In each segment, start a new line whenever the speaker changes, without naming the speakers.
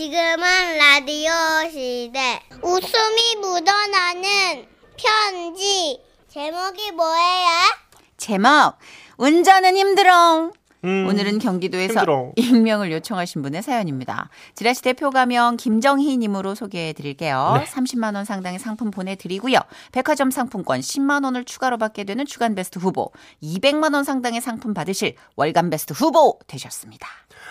지금은 라디오 시대. 웃음이 묻어나는 편지. 제목이 뭐예요?
제목 운전은 힘들어.
음.
오늘은 경기도에서
힘들어.
익명을 요청하신 분의 사연입니다. 지라시 대표 가명 김정희님으로 소개해 드릴게요.
네.
30만 원 상당의 상품 보내드리고요. 백화점 상품권 10만 원을 추가로 받게 되는 주간 베스트 후보, 200만 원 상당의 상품 받으실 월간 베스트 후보 되셨습니다.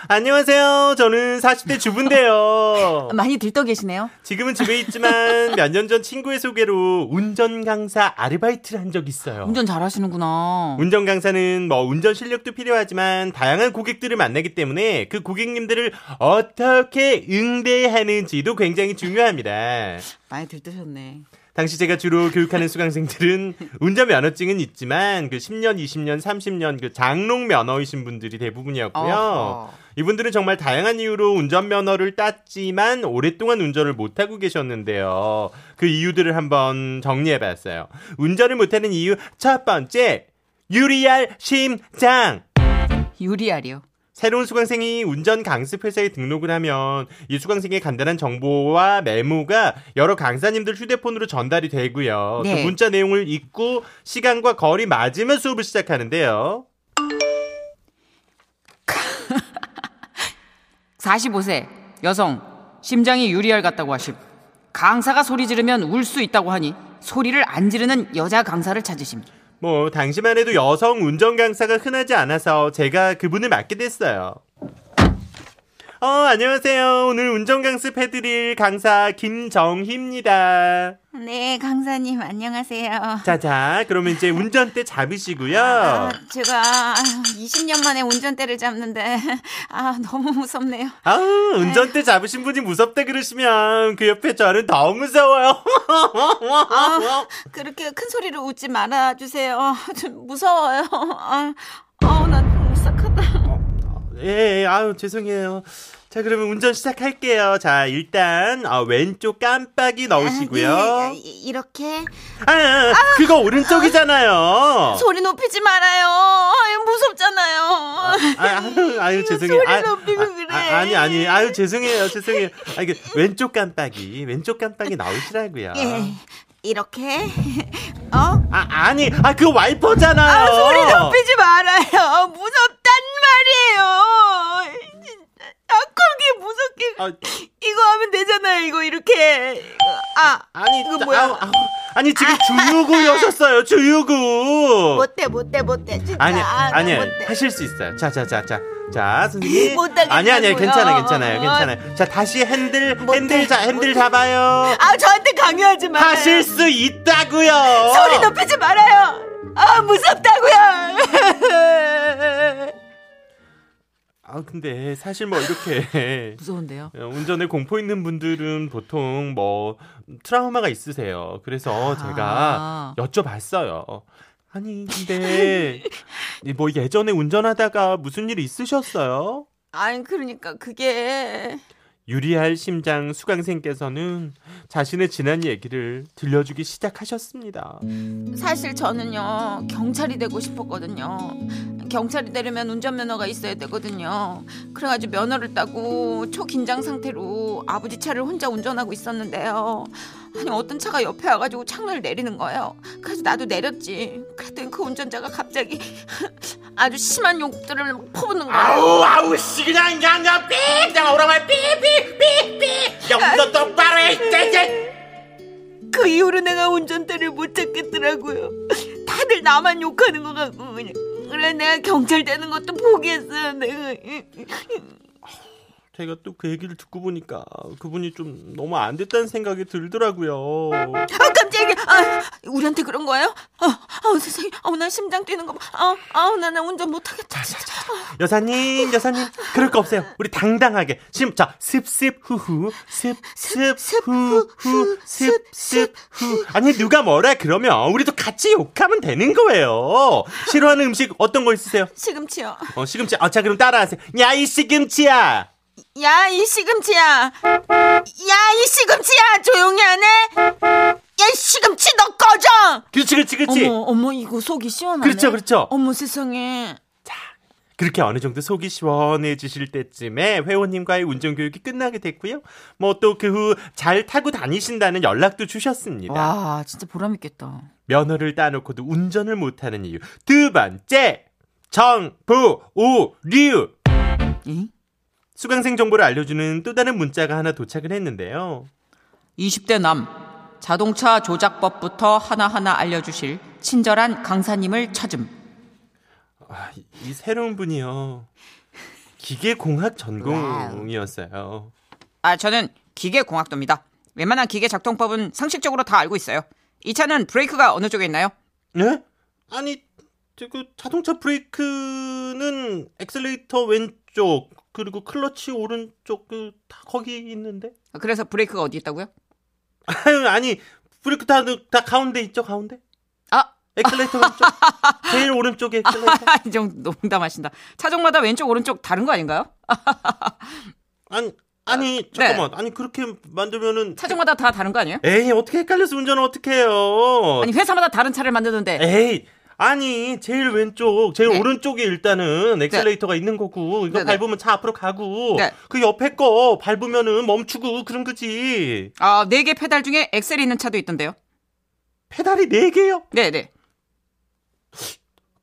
안녕하세요. 저는 40대 주부인데요.
많이 들떠 계시네요.
지금은 집에 있지만 몇 년 전 친구의 소개로 운전 강사 아르바이트를 한 적 있어요.
운전 잘하시는구나.
운전 강사는 뭐 운전 실력도 필요하지만 다양한 고객들을 만나기 때문에 그 고객님들을 어떻게 응대하는지도 굉장히 중요합니다.
많이 들떠셨네.
당시 제가 주로 교육하는 수강생들은 운전 면허증은 있지만 그 10년, 20년, 30년 그 장롱 면허이신 분들이 대부분이었고요.
어허.
이분들은 정말 다양한 이유로 운전 면허를 땄지만 오랫동안 운전을 못 하고 계셨는데요. 그 이유들을 한번 정리해 봤어요. 운전을 못 하는 이유 첫 번째 유리알 심장
유리알이요.
새로운 수강생이 운전 강습 회사에 등록을 하면 이 수강생의 간단한 정보와 메모가 여러 강사님들 휴대폰으로 전달이 되고요.
네.
또 문자 내용을 읽고 시간과 거리 맞으면 수업을 시작하는데요.
45세 여성 심장이 유리알 같다고 하심 강사가 소리 지르면 울 수 있다고 하니 소리를 안 지르는 여자 강사를 찾으심
뭐 당시만 해도 여성 운전 강사가 흔하지 않아서 제가 그분을 맡게 됐어요. 어, 안녕하세요. 오늘 운전 강습 해드릴 강사 김정희입니다.
네 강사님 안녕하세요
아. 자자, 그러면 이제 운전대 잡으시고요.
아, 제가 20년 만에 운전대를 잡는데 아 너무 무섭네요.
아, 운전대 잡으신 분이 무섭다 그러시면 그 옆에 저는 더 무서워요.
아, 그렇게 큰 소리로 웃지 말아 주세요. 좀 무서워요. 아, 아우 나 무삭하다.
예, 예, 아유 죄송해요. 자, 그러면 운전 시작할게요. 자, 일단 어, 왼쪽 깜빡이 넣으시고요.
아, 예, 이렇게
아, 아, 그거 오른쪽이잖아요.
소리 높이지 말아요. 아유, 무섭잖아요.
아유, 아유 죄송해요.
음, 소리
아유,
높이고
아,
그래.
아, 아니 아니, 아유 죄송해요, 죄송해요. 아, 이게 왼쪽 깜빡이, 왼쪽 깜빡이 넣으시라고요.
예, 이렇게 어
아, 아니, 아, 그 와이퍼잖아요.
아, 소리
어.
높이지 말아요. 무섭단 말이에요. 진짜. 아, 그게 무섭게.
아,
이거 하면 되잖아요. 이거 이렇게. 아,
아니,
이거
자,
뭐야?
아우, 아우. 아니 지금 주유구였었어요, 주유구.
못돼, 못돼, 못돼. 진짜.
아니,
아, 나
아니,
못돼.
하실 수 있어요. 자, 자, 자, 자, 자, 선생님.
못하겠다고요. 어.
아니, 아니, 괜찮아, 괜찮아요, 괜찮아요. 자, 다시 핸들,
못해,
핸들, 자, 핸들
못해.
잡아요.
아, 저한테 강요하지 마요.
하실 어. 수 있다고요.
소리 높이지 말아요. 아, 무섭다고요.
아, 근데 사실 뭐 이렇게
무서운데요
운전에 공포 있는 분들은 보통 뭐 트라우마가 있으세요. 그래서
아.
제가 여쭤봤어요. 아니, 근데 뭐 예전에 운전하다가 무슨 일이 있으셨어요?
아니, 그러니까 그게.
유리할 심장 수강생께서는 자신의 지난 얘기를 들려주기 시작하셨습니다.
사실 저는요 경찰이 되고 싶었거든요. 경찰이 되려면 운전면허가 있어야 되거든요. 그래가지고 면허를 따고 초긴장 상태로 아버지 차를 혼자 운전하고 있었는데요. 아니 어떤 차가 옆에 와가지고 창문을 내리는 거예요. 그래서 나도 내렸지. 그랬더니 그 운전자가 갑자기 아주 심한 욕들을 막 퍼붓는 거예요.
아우 아우 씨 그냥 그냥 그냥 삑 그냥 오라만 삑삑삑삑 영도 똑바로 해. 쟤, 쟤.
그 이후로 내가 운전대를 못 찾겠더라고요. 다들 나만 욕하는 것 같고 그냥. 그래 내가 경찰 되는 것도 포기했어요. 내가.
제가 또 그 얘기를 듣고 보니까 그분이 좀 너무 안 됐다는 생각이 들더라고요.
아 깜짝이야. 아, 우리한테 그런 거예요? 아, 우 세상에. 아우 나 심장 뛰는 거 봐. 어, 아우 아우 나나 운전 못 하겠다. 진짜.
여사님 여사님 그럴 거 없어요. 우리 당당하게 심자 습습 후후 습습 후후 습습 후 아니 누가 뭐라 그러면 우리도 같이 욕하면 되는 거예요. 싫어하는 음식 어떤 거 있으세요?
시금치요.
어 시금치. 아자 그럼 따라하세요. 야 이 시금치야.
야 이 시금치야. 야 이 시금치야. 조용히 안 해. 야 이 시금치 너 꺼져.
그렇지 그렇지 그렇지.
어머 어머 이거 속이 시원하네.
그렇죠, 그렇죠.
어머 세상에.
그렇게 어느 정도 속이 시원해지실 때쯤에 회원님과의 운전교육이 끝나게 됐고요. 뭐 또 그 후 잘 타고 다니신다는 연락도 주셨습니다.
와, 진짜 보람있겠다.
면허를 따놓고도 운전을 못하는 이유. 두 번째, 정부, 오류.
이?
수강생 정보를 알려주는 또 다른 문자가 하나 도착을 했는데요.
20대 남 자동차 조작법부터 하나하나 알려주실 친절한 강사님을 찾음.
아, 이- 이 새로운 분이요. 기계공학 전공이었어요.
아, 저는 기계공학도입니다. 웬만한 기계 작동법은 상식적으로 다 알고 있어요. 이 차는 브레이크가 어느 쪽에 있나요?
예? 아니, 저 그 자동차 브레이크는 엑셀레이터 왼쪽, 그리고 클러치 오른쪽, 그 다 거기 있는데?
그래서 브레이크가 어디 있다고요?
아유, 아니, 브레이크 다, 다 가운데 있죠, 가운데?
아,
엑셀레이터 왼쪽. 제일 오른쪽에 엑셀레이터.
좀 아, 농담하신다. 차종마다 왼쪽 오른쪽 다른 거 아닌가요?
아니,
네.
아니, 잠깐만. 아니, 그렇게 만들면은.
차종마다 다 다른 거 아니에요?
에이, 어떻게 헷갈려서 운전을 어떻게 해요?
아니 회사마다 다른 차를 만드는데
에이 아니 제일 왼쪽 제일
네.
오른쪽에 일단은 엑셀레이터가 있는 거고 이거
네, 네.
밟으면 차 앞으로 가고
네.
그 옆에 거 밟으면은 멈추고 그런 거지
아, 네 개 페달 중에 엑셀이 있는 차도 있던데요.
페달이 네 개요
네, 네.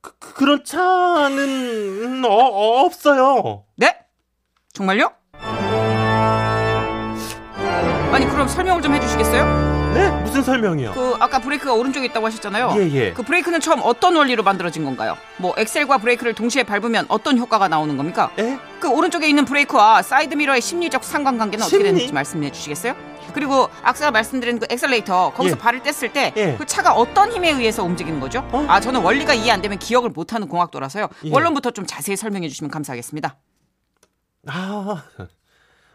그, 그- 그런 차는 음, 어- 어, 없어요
네? 정말요? 아니 그럼 설명을 좀 해주시겠어요?
네 무슨 설명이요
그 아까 브레이크가 오른쪽에 있다고 하셨잖아요.
예, 예.
그 브레이크는 처음 어떤 원리로 만들어진 건가요? 뭐 엑셀과 브레이크를 동시에 밟으면 어떤 효과가 나오는 겁니까?
에?
그 오른쪽에 있는 브레이크와 사이드 미러의 심리적 상관관계는 어떻게
심리?
되는지 말씀해 주시겠어요? 그리고 아까 말씀드린 그 엑셀레이터 거기서
예.
발을 뗐을 때 그
예.
차가 어떤 힘에 의해서 움직이는 거죠?
어?
아 저는 원리가 이해 안 되면 기억을 못하는 공학도라서요.
예.
원론부터 좀 자세히 설명해 주시면 감사하겠습니다.
아,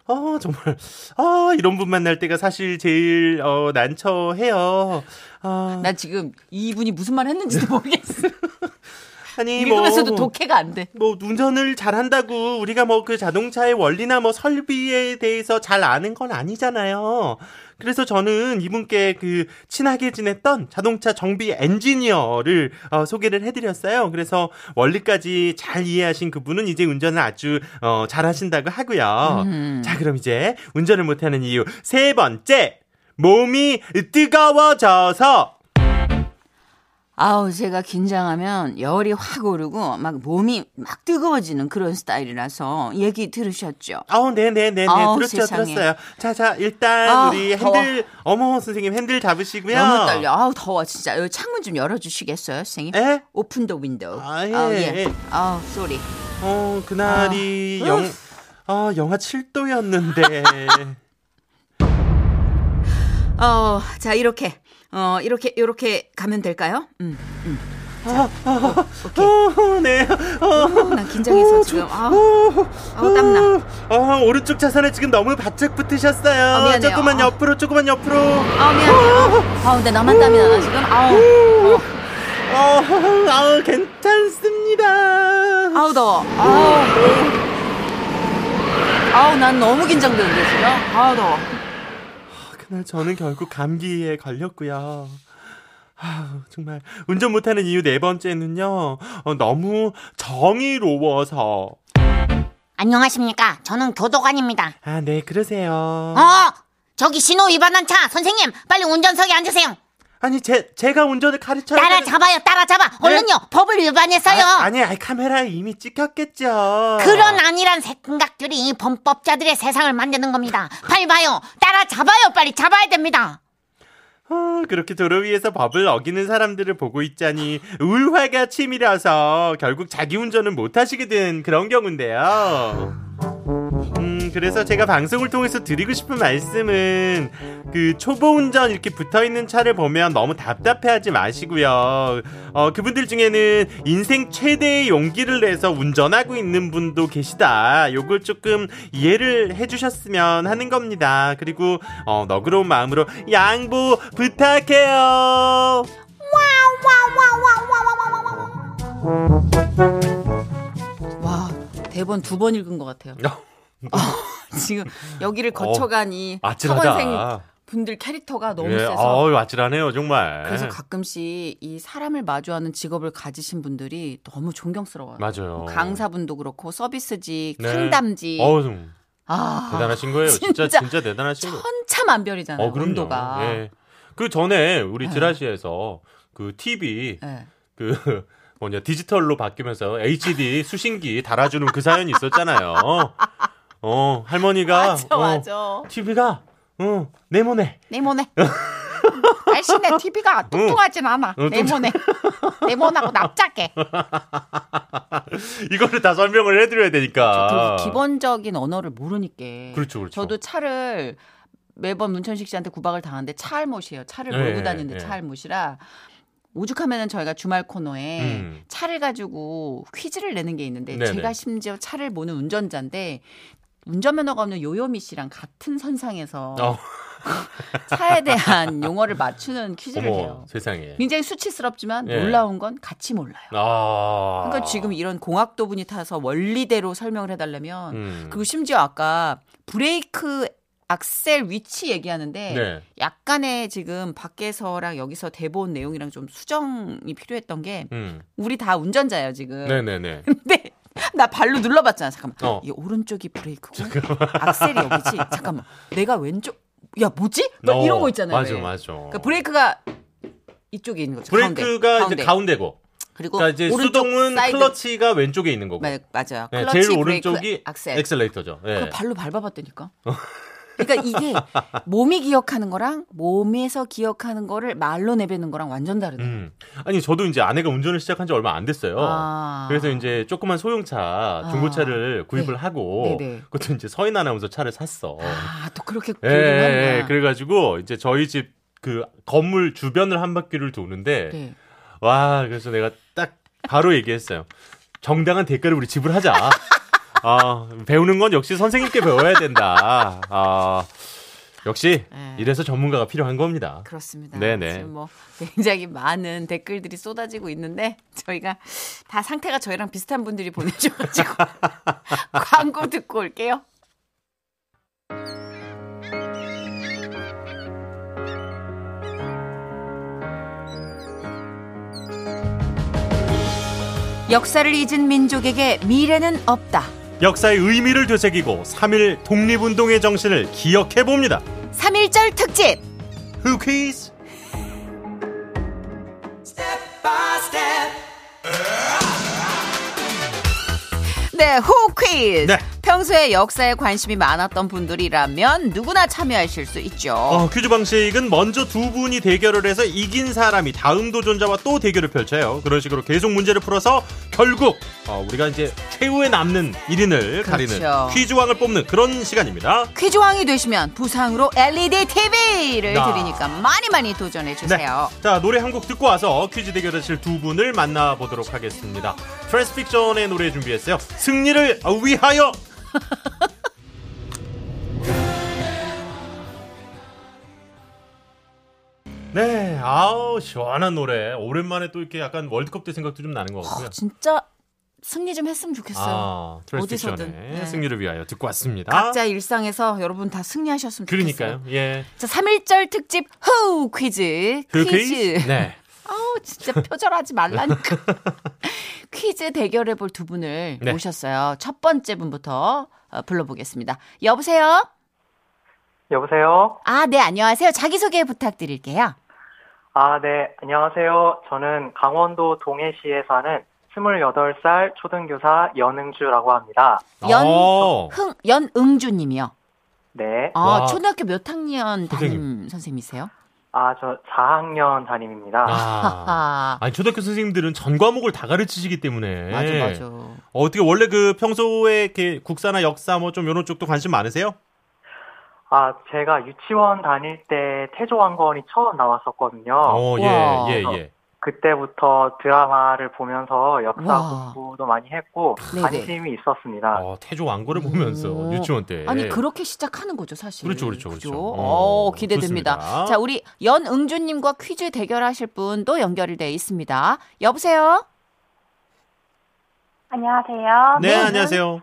아 정말 아 이런 분 만날 때가 사실 제일 어, 난처해요 아,
난 지금 이분이 무슨 말 했는지도 모르겠어.
아니
읽으면서도 독해가 안 돼.
뭐 운전을 잘한다고 우리가 뭐 그 자동차의 원리나 뭐 설비에 대해서 잘 아는 건 아니잖아요. 그래서 저는 이분께 그 친하게 지냈던 자동차 정비 엔지니어를 어, 소개를 해드렸어요. 그래서 원리까지 잘 이해하신 그분은 이제 운전을 아주 어, 잘하신다고 하고요. 자 그럼 이제 운전을 못하는 이유 세 번째 몸이 뜨거워져서
아우 제가 긴장하면 열이 확 오르고 막 몸이 막 뜨거워지는 그런 스타일이라서
예.
얘기 들으셨죠?
아우 네네네네
아우,
들었죠
세상에.
들었어요 자자 일단
아우,
우리
더워.
핸들 어머 선생님 핸들 잡으시고요
너무 떨려. 아우 더워 진짜. 여기 창문 좀 열어주시겠어요, 선생님?
에?
오픈 더 윈도우.
아, 예,
아우,
예.
아우 쏘리.
어 그날이
아.
영 아, 영하 7도였는데
어, 자 이렇게 어 이렇게 이렇게 가면 될까요? 음,
어, 네 어,
난 긴장해서 지금 아우 아우, 땀나.
어, 오른쪽 차선에 지금 너무 바짝 붙으셨어요
아, 미안해요.
조금만
아.
옆으로 조금만 옆으로
아우 미안해. 아우 내 나만 땀이 나나 지금. 아우
어, 아우 괜찮습니다
아우 더워. 아우. 아우 난 너무 긴장되는데 지금. 아우 더워.
그날 저는 결국 감기에 걸렸고요. 아, 정말 운전 못하는 이유 네 번째는요. 어, 너무 정의로워서.
안녕하십니까. 저는 교도관입니다.
아, 네 그러세요.
어! 저기 신호 위반한 차! 선생님! 빨리 운전석에 앉으세요!
아니 제 제가 운전을 가르쳐야
따라잡아요!
네?
따라잡아! 얼른요! 법을 위반했어요!
아, 아니, 아니 카메라에 이미 찍혔겠죠.
그런 아니란 생각들이 범법자들의 세상을 만드는 겁니다. 밟아요! 따라잡아요! 빨리 잡아야 됩니다!
아, 그렇게 도로 위에서 법을 어기는 사람들을 보고 있자니 울화가 치밀어서 결국 자기 운전을 못 하시게 된 그런 경우인데요. 음, 그래서 제가 방송을 통해서 드리고 싶은 말씀은 그 초보 운전 이렇게 붙어 있는 차를 보면 너무 답답해하지 마시고요. 어, 그분들 중에는 인생 최대의 용기를 내서 운전하고 있는 분도 계시다. 요걸 조금 이해를 해주셨으면 하는 겁니다. 그리고 어, 너그러운 마음으로 양보 부탁해요.
와 대본 두
어,
번 읽은 것 같아요. 지금 여기를 거쳐가니
아찔하다.
학원생
분들 캐릭터가 너무
예,
세서
어우, 아찔하네요, 정말.
그래서 가끔씩 이 사람을 마주하는 직업을 가지신 분들이 너무 존경스러워요.
맞아요.
강사분도 그렇고 서비스직,
네.
상담직.
어우,
아,
대단하신 거예요. 진짜,
진짜.
진짜, 대단하신 거예요.
천차만별이잖아요.
어, 그럼요.
온도가.
예. 그 전에 우리
네.
지라시에서 그 TV
예.
그 뭐냐 디지털로 바뀌면서 HD 수신기 달아주는 그 사연이 있었잖아요. 어 할머니가
맞아,
어.
맞아.
TV가 어 네모네 어,
네모네. 날씬해 TV가
음.
뚱뚱하진 않아.
응, 뚱뚱-
네모네. 네모나고 납작해.
음. 이거를 다 설명을 해드려야 되니까.
그 기본적인 언어를 모르니까.
그렇죠, 그렇죠.
저도 차를 매번 문천식 씨한테 구박을 당하는데 차알못이에요. 차를
예,
몰고
예,
다니는데
예.
차알못이라 오죽하면은 저희가 주말 코너에
음.
차를 가지고 퀴즈를 내는 게 있는데
네네.
제가 심지어 차를 모는 운전자인데 운전면허가 없는 요요미 씨랑 같은 선상에서
어,
차에 대한 용어를 맞추는 퀴즈를
어머
네, 해요.
세상에.
굉장히 수치스럽지만
예.
놀라운 건 같이 몰라요.
아.
그러니까 지금 이런 공학도분이 타서 원리대로 설명을 해달라면
음.
그리고 심지어 아까 브레이크 악셀 위치 얘기하는데
네.
약간의 지금 밖에서랑 여기서 대본 내용이랑 좀 수정이 필요했던 게
음.
우리 다 운전자예요 지금.
네네네.
근데 나 발로 눌러봤잖아. 잠깐만.
어.
이 오른쪽이 브레이크고 악셀이 여기지. 잠깐만. 내가 왼쪽. 야 뭐지? 막 이런 거 있잖아요.
어, 맞아
왜.
맞아.
그러니까 브레이크가 이쪽에 있는 거죠.
브레이크가
가운데.
이제 가운데고.
그리고
그러니까 이제
오른쪽
수동은
사이드.
클러치가 왼쪽에 있는 거고.
마- 맞아요.
네,
클러치
제일
브레이크,
오른쪽이
악셀.
엑셀레이터죠. 어. 예.
그걸 발로 밟아봤다니까. 그러니까 이게 몸이 기억하는 거랑 몸에서 기억하는 거를 말로 내뱉는 거랑 완전 다르네. 요
음. 아니 저도 이제 아내가 운전을 시작한 지 얼마 안 됐어요.
아.
그래서 이제 조그만 소형차 중고차를 구입을 하고
네네.
그것도 이제 서인 아나운서 차를 샀어.
아, 또 그렇게
예, 예, 예. 그래가지고 이제 저희 집 그 건물 주변을 한 바퀴를 도는데
네.
와 그래서 내가 딱 바로 얘기했어요. 정당한 대가를 우리 지불하자. 아 배우는 건 역시 선생님께 배워야 된다. 아 역시
예.
이래서 전문가가 필요한 겁니다.
그렇습니다.
네네.
지금 뭐 굉장히 많은 댓글들이 쏟아지고 있는데 저희가 다 상태가 저희랑 비슷한 분들이 보내주가지고 광고 듣고 올게요.
역사를 잊은 민족에게 미래는 없다.
역사의 의미를 되새기고 3일 독립운동의 정신을 기억해봅니다.
3.1절 특집.
Who quiz?
네, 호퀴즈.
네.
평소에 역사에 관심이 많았던 분들이라면 누구나 참여하실 수 있죠.
어, 퀴즈 방식은 먼저 두 분이 대결을 해서 이긴 사람이 다음 도전자와 또 대결을 펼쳐요. 그런 식으로 계속 문제를 풀어서 결국 어, 우리가 이제 최후에 남는 1인을 가리는 퀴즈왕을 뽑는 그런 시간입니다.
퀴즈왕이 되시면 부상으로 LED TV를
아.
드리니까 많이 많이 도전해
네.
주세요.
자, 노래 한 곡 듣고 와서 퀴즈 대결하실 두 분을 만나보도록 하겠습니다. 트랜스픽션의 노래 준비했어요. 승리를 위하여! 네, 아우, 시원한 노래. 오랜만에 또 이렇게 약간 월드컵 때 생각도 좀 나는 것 같고요.
아, 진짜 승리 좀 했으면 좋겠어요.
아, 트랜스픽션의
어디서든. 네.
승리를 위하여 듣고 왔습니다.
각자 일상에서 여러분 다 승리하셨으면 좋겠어요.
그러니까요, 예.
자, 3.1절 특집 후 퀴즈.
그
퀴즈.
퀴즈? 네.
아우, 진짜 표절하지 말라니까. 퀴즈 대결해 볼 두 분을
네.
모셨어요. 첫 번째 분부터 어, 불러보겠습니다. 여보세요?
여보세요?
아, 네, 안녕하세요. 자기소개 부탁드릴게요.
아, 네. 안녕하세요. 저는 강원도 동해시에 사는 28살 초등교사 연흥주라고 합니다.
아.
연-
오.
흥, 연응주님이요.
네.
아,
와.
초등학교 몇 학년 담임
선생님.
선생님이세요?
아, 저 4학년 담임입니다.
아.
아,
아니 초등학교 선생님들은 전 과목을 다 가르치시기 때문에
맞아, 맞아.
어, 어떻게 원래 그 평소에 이렇게 국사나 역사 뭐 좀 이런 쪽도 관심 많으세요?
아, 제가 유치원 다닐 때 태조왕건이 처음 나왔었거든요.
아,
어.
와.
어예예 예.
그때부터 드라마를 보면서 역사
와.
공부도 많이 했고
네네.
관심이 있었습니다.
어, 태조 왕고를 보면서
오.
유치원 때
아니, 그렇게 시작하는 거죠, 사실.
네. 그렇죠, 그렇죠, 그렇죠.
어,
어,
기대됩니다.
좋습니다.
자, 우리 연응주님과 퀴즈 대결하실 분 또 연결이 돼 있습니다. 여보세요?
안녕하세요. 네,
네 안녕하세요.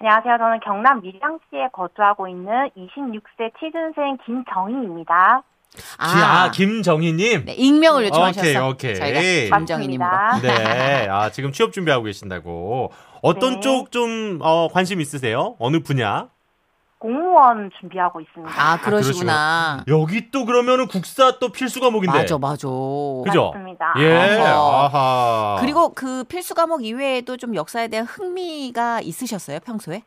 안녕하세요. 저는 경남 밀양시에 거주하고 있는 26세 취준생 김정희입니다.
아, 김정희님.
네, 익명을 요청하셔서
오케이, 오케이.
저희가 김정희님으로.
맞습니다.
네. 아, 지금 취업 준비하고 계신다고. 어떤
네.
쪽 좀, 어, 관심 있으세요? 어느 분야?
공무원 준비하고 있습니다.
아, 그러시구나.
여기 또 그러면은 국사 또 필수 과목인데.
맞아, 맞아.
그죠?
맞습니다.
예.
아하.
아하.
그리고 그 필수 과목 이외에도 좀 역사에 대한 흥미가 있으셨어요, 평소에?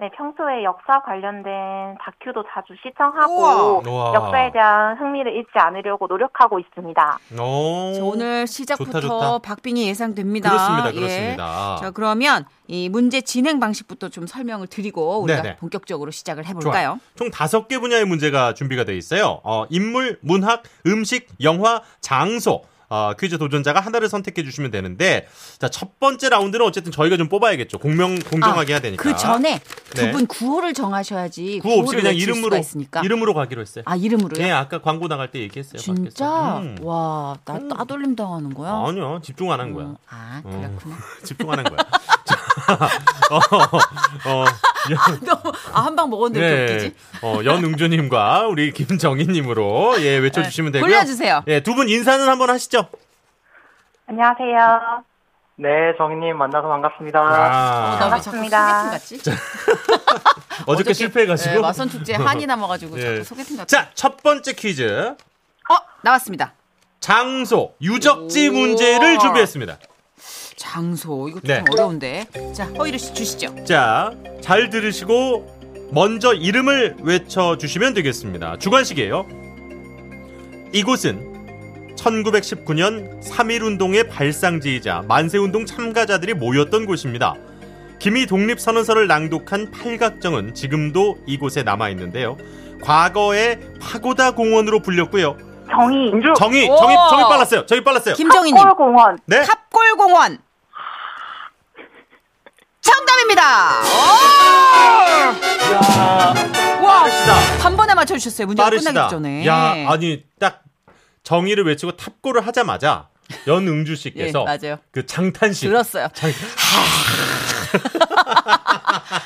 네, 평소에 역사 관련된 다큐도 자주 시청하고
우와.
역사에 대한 흥미를 잃지 않으려고 노력하고 있습니다.
오.
자, 오늘 시작부터
어. 좋다, 좋다.
박빙이 예상됩니다.
그렇습니다,
예.
그렇습니다.
자, 그러면 이 문제 진행 방식부터 좀 설명을 드리고 우리가
네네.
본격적으로 시작을
좋아요.
해볼까요?
총 다섯 개 분야의 문제가 준비가 되어 있어요. 어, 인물, 문학, 음식, 영화, 장소. 어, 퀴즈 도전자가 하나를 선택해 주시면 되는데 자, 첫 번째 라운드는 어쨌든 저희가 좀 뽑아야겠죠. 공명 공정하게 해야 되니까.
그 전에 두
네.
분 구호를 정하셔야지
구호 없이
구호를
그냥
외칠 수가
이름으로
있으니까.
이름으로 가기로 했어요.
아, 이름으로요?
네, 아까 광고 나갈 때 얘기했어요.
진짜?
밖에서. 음.
와, 나
음.
따돌림 당하는 거야?
아니요. 집중 안 한 거야.
어, 아,
어.
그렇구나.
집중하는 거야. 자, 어, 어, 연-
아, 한 방 먹었는데 왜 이렇게 웃기지?
네. 어, 연웅주님과 우리 김정희님으로 예 외쳐주시면 되고요.
네. 골라주세요.
예, 두 분 인사는 한번 하시죠.
안녕하세요.
네, 정희님 만나서 반갑습니다.
아,
어, 나 왜 자꾸
반갑습니다.
소개팅 같지?
어저께 실패해가지고.
예, 마선 축제에 한이 남아가지고
예.
자꾸 소개팅 같지?
자, 첫 번째 퀴즈.
어 나왔습니다.
장소, 유적지
오.
문제를 준비했습니다.
장소 이것도
네.
좀 어려운데. 자 허이를 씨 주시죠.
자, 잘 들으시고 먼저 이름을 외쳐주시면 되겠습니다. 주관식이에요. 이곳은 1919년 3.1운동의 발상지이자 만세운동 참가자들이 모였던 곳입니다. 김이 독립선언서를 낭독한 팔각정은 지금도 이곳에 남아있는데요. 과거에 파고다 공원으로 불렸고요.
정희
정이,
오.
정이, 정이 빨랐어요. 정이 빨랐어요.
아,
김정희님
탑골공원
네.
탑골공원 정답입니다. 와,
빠르시다.
한 번에 맞춰주셨어요. 문제가
빠르시다.
끝나기 전에.
야, 아니 딱 정의를 외치고 탑골을 하자마자 연응주 씨께서
예, 맞아요.
그 장탄 씨
들었어요.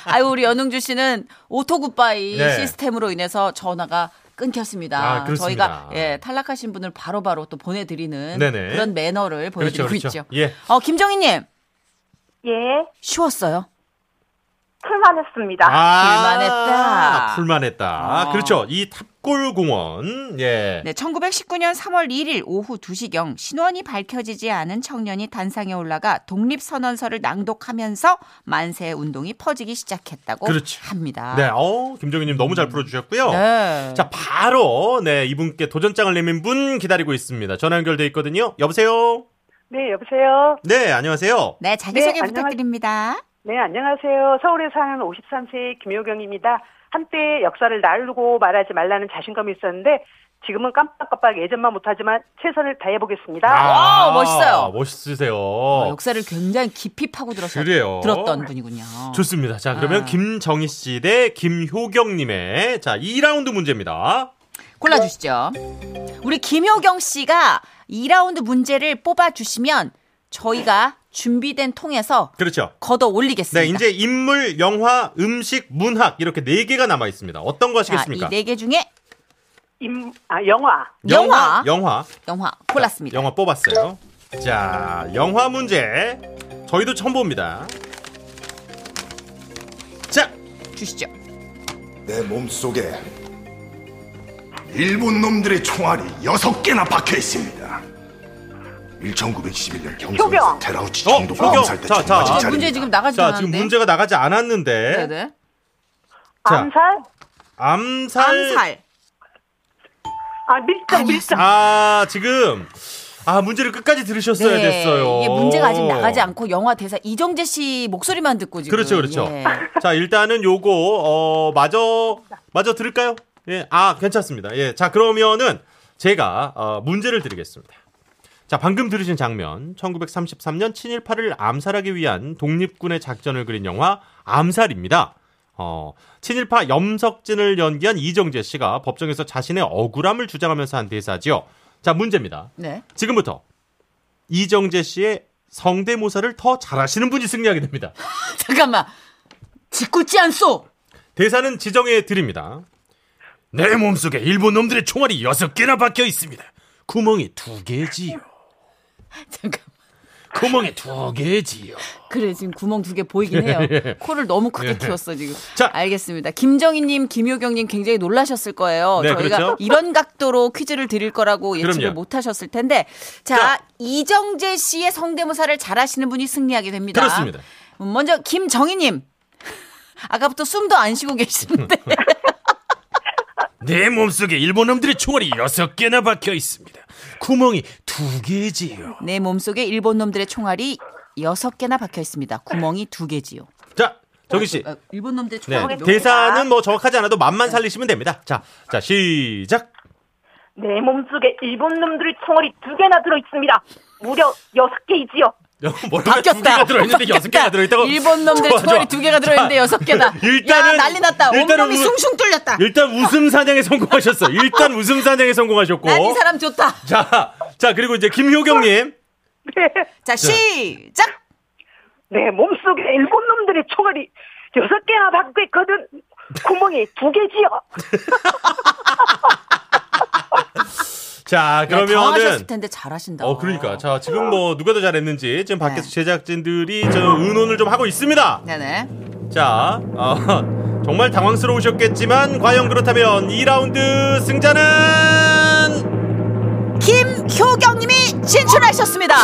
아유 우리 연웅주 씨는 오토 굿바이
네.
시스템으로 인해서 전화가 끊겼습니다.
아, 그렇습니다.
저희가 예, 탈락하신 분을 바로바로 또 보내드리는
네네.
그런 매너를 보여드리고
그렇죠.
있죠.
예.
어 김정희님
예
쉬웠어요.
풀만했습니다.
아.
풀만했다.
풀만했다.
아.
그렇죠. 이 탑골 공원. 예.
네, 1919년 3월 1일 오후 2시경 신원이 밝혀지지 않은 청년이 단상에 올라가 독립선언서를 낭독하면서 만세 운동이 퍼지기 시작했다고
그렇죠.
합니다.
네, 어, 김종희님 너무 잘 풀어주셨고요.
네.
자, 바로, 네, 이분께 도전장을 내민 분 기다리고 있습니다. 전화 연결돼 있거든요. 여보세요?
네, 여보세요.
네, 안녕하세요.
네,
네,
자기소개
안녕하-
부탁드립니다.
네, 안녕하세요. 서울에 사는 53세 김효경입니다. 한때 역사를 날르고 말하지 말라는 자신감이 있었는데 지금은 깜빡깜빡 예전만 못하지만 최선을 다해보겠습니다.
아,
와, 네. 어, 멋있어요.
멋있으세요.
어, 역사를 굉장히 깊이 파고 들었어,
그래요.
들었던 분이군요.
좋습니다. 자, 그러면
아.
김정희 씨 대 김효경님의 자 2라운드 문제입니다.
골라주시죠. 우리 김효경 씨가 2라운드 문제를 뽑아주시면 저희가 준비된 통에서
그렇죠.
걷어 올리겠습니다.
네, 이제 인물, 영화, 음식, 문학 이렇게 네 개가 남아 있습니다. 어떤 거
자,
하시겠습니까?
아, 이네 개 중에
임, 아, 영화.
영화,
영화.
영화,
영화 골랐습니다.
영화 뽑았어요. 자, 영화 문제 저희도 처음 봅니다. 자,
주시죠.
내 몸속에 일본 놈들의 총알이 여섯 개나 박혀 있습니다. 1911년 경성에서
효병.
테라우치
어,
정도
효병.
암살 때
자, 자.
총맞은
어, 문제
자리입니다.
지금 나가지
자 지금
않았는데.
문제가 나가지 않았는데
네네.
자.
암살?
암살.
암살.
아, 밀정, 밀정.
아 지금 아 문제를 끝까지 들으셨어야
네.
됐어요.
네, 이게 문제가 아직 나가지 않고 영화 대사 이정재 씨 목소리만 듣고 지금.
그렇죠, 그렇죠.
예.
자, 일단은 요거 어 마저 마저 들을까요? 예, 아 괜찮습니다. 예, 자 그러면은 제가 어, 문제를 드리겠습니다. 자, 방금 들으신 장면, 1933년 친일파를 암살하기 위한 독립군의 작전을 그린 영화 암살입니다. 어, 친일파 염석진을 연기한 이정재 씨가 법정에서 자신의 억울함을 주장하면서 한 대사지요. 자, 문제입니다.
네.
지금부터 이정재 씨의 성대모사를 더 잘하시는 분이 승리하게 됩니다.
잠깐만.
짓궂지 않소.
대사는 지정해 드립니다. 내 몸속에 일본 놈들의 총알이 여섯 개나 박혀 있습니다. 구멍이 두 개지요.
잠깐.
구멍이 두 개지요.
그래 지금 구멍 두 개 보이긴 해요.
예.
코를 너무 크게 키웠어 지금.
자.
알겠습니다. 김정희님, 김효경님 굉장히 놀라셨을 거예요.
네,
저희가
그렇죠.
이런 각도로 퀴즈를 드릴 거라고 예측을
그럼요.
못하셨을 텐데, 자,
자.
이정재 씨의 성대모사를 잘하시는 분이 승리하게 됩니다. 음,
그렇습니다.
먼저 김정희님. 아까부터 숨도 안 쉬고 계시는데
내 몸속에 일본 놈들의 총알이 여섯 개나 박혀 있습니다. 구멍이 두 개지요.
내 몸속에 일본 놈들의 총알이 여섯 개나 박혀 있습니다. 구멍이 두 개지요.
자, 정희 씨.
아, 일본 놈들의
네.
총알이 몇
대사는 뭐 정확하지 않아도
네.
맛만 살리시면 됩니다. 자, 자 시작.
내 몸속에 일본 놈들의 총알이 두 개나 들어 있습니다. 무려 여섯 개이지요.
어, 뭐라고
바뀌었다.
두 개가 들어있는데 여섯 개가
바뀌었다.
들어있다고.
일본 놈들
좋아, 좋아.
총알이 두 개가 들어있는데
자,
여섯 개다.
일단은 어?
야, 난리 났다.
일단은
온몸이
우-
숭숭 뚫렸다.
일단 웃음 사냥에 성공하셨어. 일단 웃음 사냥에 성공하셨고.
난 이 사람 좋다.
자, 자 그리고 이제 김효경님.
네,
자, 시작.
내 몸속에 일본 놈들의 총알이 여섯 개나 박고 있거든. 구멍이 두 개지요.
자
네, 당하셨을
그러면은.
텐데 네. 잘하신다.
어 그러니까 자 지금 뭐 누가 더 잘했는지 지금 밖에서 제작진들이 저 의논을 좀 하고 있습니다.
네네.
자 어, 정말 당황스러우셨겠지만 과연 그렇다면 2라운드 승자는
김효경님이 진출하셨습니다.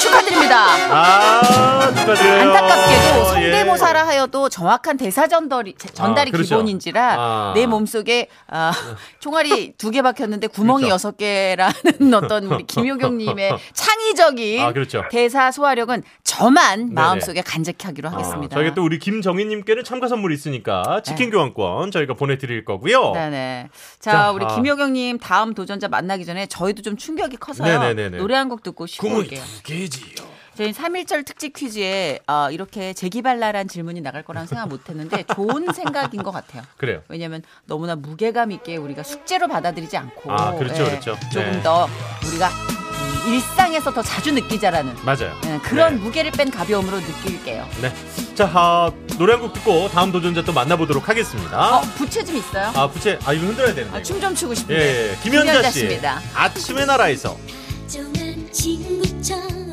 축하드립니다.
아 축하드려요.
안타깝게도
예.
성대모사라 하여도 정확한 대사 전달이, 전달이
아, 그렇죠.
기본인지라
아.
내 몸속에 아, 총알이 두 개 박혔는데 구멍이
그렇죠.
여섯 개라는 어떤 우리 김효경님의 창의적인
아, 그렇죠.
대사 소화력은 저만
네네.
마음속에 간직하기로 하겠습니다. 네.
아, 저희가 또 우리 김정희님께는 참가 선물이 있으니까 치킨 교환권 저희가 보내드릴 거고요.
네네. 자,
자,
우리
아.
김효경님 다음 도전자 만나기 전에 저희도 좀 충격이 커서요.
네네네네.
노래 한 곡 듣고 쉬고
구멍이
올게요.
두 개지요.
저희 3.1절 특집 퀴즈에 아, 이렇게 재기발랄한 질문이 나갈 거라는 생각 못 했는데 좋은 생각인 것 같아요.
그래요.
왜냐면 너무나 무게감 있게 우리가 숙제로 받아들이지 않고
아, 그렇죠,
예,
그렇죠.
조금
네.
더 우리가 음, 일상에서 더 자주 느끼자라는
맞아요.
예, 그런
네.
무게를 뺀 가벼움으로 느낄게요.
네. 자, 아, 노래 한 곡 듣고 다음 도전자 또 만나보도록 하겠습니다.
어, 부채 좀 있어요?
아, 부채. 아, 이거 흔들어야 되는데.
아, 네, 춤좀 추고
예,
싶은데.
예. 김연자 씨.
씨입니다.
아침의 나라에서.
조금 친구처럼